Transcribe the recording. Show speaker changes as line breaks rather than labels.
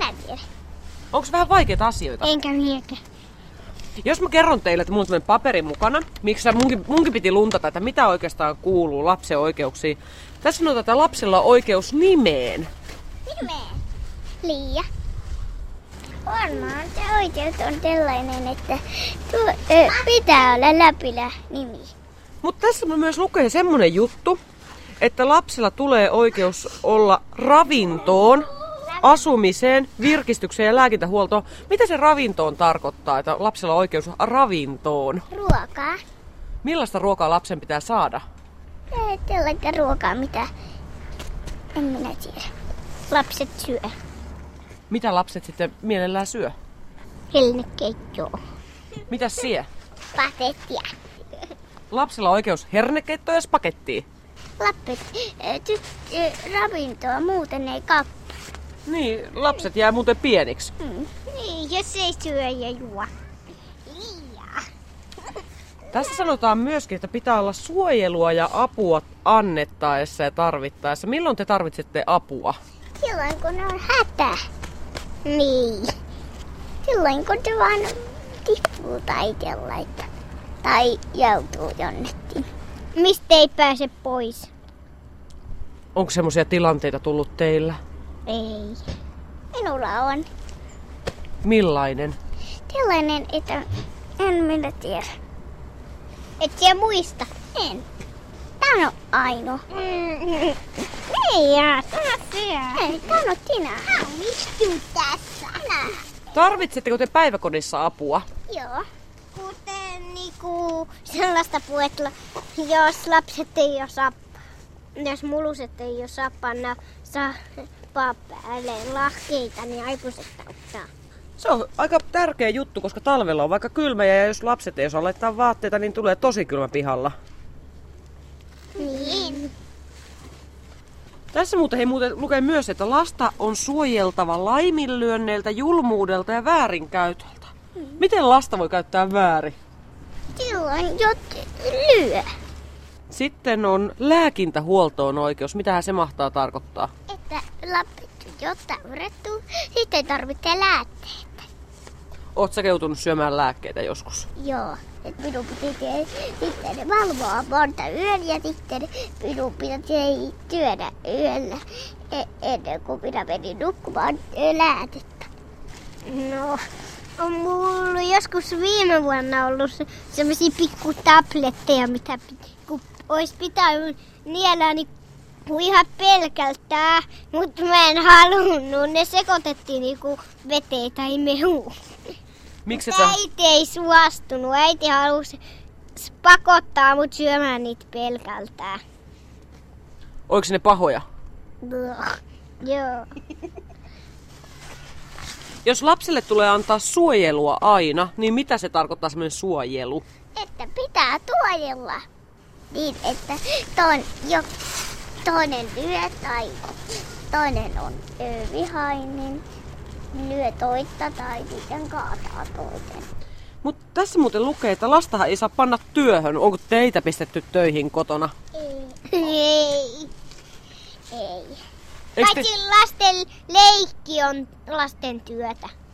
mä tiedä.
Onko vähän vaikeita asioita?
Enkä miekään.
Jos mä kerron teille, että mulla on tämmönen paperi mukana, miksi munkin, munkin piti luntata, että mitä oikeastaan kuuluu lapsen oikeuksiin. Tässä sanotaan, että lapsilla on oikeus nimeen.
Nimeen. Liia. Varmaan se oikeus on sellainen, että tuo, ö, pitää olla läpilä nimi.
Mutta tässä mä myös lukee semmonen juttu, että lapsilla tulee oikeus olla ravintoon, asumiseen, virkistykseen ja lääkintähuoltoon. Mitä se ravintoon tarkoittaa, että lapsilla on oikeus ravintoon?
Ruokaa.
Millaista ruokaa lapsen pitää saada?
Ei sellaista ruokaa, mitä en minä tiedä. Lapset syö.
Mitä lapset sitten mielellään syö?
Helnekeittoa.
Mitä sie?
Patettia.
Lapsilla on oikeus hernekeittoon ja spagettiin.
Lapset ö, ty, ö, ravintoa, muuten ei kappa.
Niin, lapset jää muuten pieniksi.
Mm. Niin, jos ei syö ja juo. Liiaa.
Tässä sanotaan myöskin, että pitää olla suojelua ja apua annettaessa ja tarvittaessa. Milloin te tarvitsette apua?
Silloin kun on hätä. Niin. Silloin kun se vaan tippuu tai sellaista. Tai joutuu jonnekin. Mistä ei pääse pois?
Onko semmoisia tilanteita tullut teillä?
Ei. Minulla on
Millainen?
sellainen, että en minä tiedä. Et sä muista? En. Tää on Aino. Mm. Ei jää, tää syö. Ei, tää on sinä. Hän istuu tässä. Minä.
Tarvitsetteko te päiväkodissa apua?
Joo. Kuten niinku sellaista puetta, jos lapset ei osaa, jos muluset ei osaa panna saapaa päälle lahkeita, niin aikuiset auttaa.
Se on aika tärkeä juttu, koska talvella on vaikka kylmä ja jos lapset ei osaa laittaa vaatteita, niin tulee tosi kylmä pihalla.
Niin.
Tässä muuten, hei, muuten lukee myös, että lasta on suojeltava laiminlyönneiltä, julmuudelta ja väärinkäytöltä. Miten lasta voi käyttää väärin?
Silloin jot lyö.
Sitten on lääkintähuoltoon oikeus. Mitähän se mahtaa tarkoittaa?
Että lapset jotta urettuu, sitten tarvitsee läätteet.
Oot sä joutunut syömään lääkkeitä joskus?
Joo, että minun piti te- sitten valvoa monta yön ja sitten minun piti työdä yöllä e- ennen kuin minä menin nukkumaan ö, läätettä. No, on mulla joskus viime vuonna ollut se, sellaisia pikku tabletteja, mitä piti, kun olisi pitänyt niellä, niin kuin ihan pelkältää, mutta mä en halunnut. Ne sekoitettiin niinku veteen tai mehuun.
Miksi sä...
Äiti ei suostunut. Äiti halusi s- pakottaa mut syömään niitä pelkältään.
Oiks ne pahoja?
Bleh. Joo.
Jos lapselle tulee antaa suojelua aina, niin mitä se tarkoittaa semmoinen suojelu?
Että pitää tuojella. Niin, että ton, jo, toinen lyö tai toinen on ö, vihainen. Lyö toista tai sitten kaataa toisen.
Mutta tässä muuten lukee, että lastahan ei saa panna työhön. Onko teitä pistetty töihin kotona?
Ei. Ei. Ei.
Eiks te-
Paitsi lasten leikki on lasten työtä.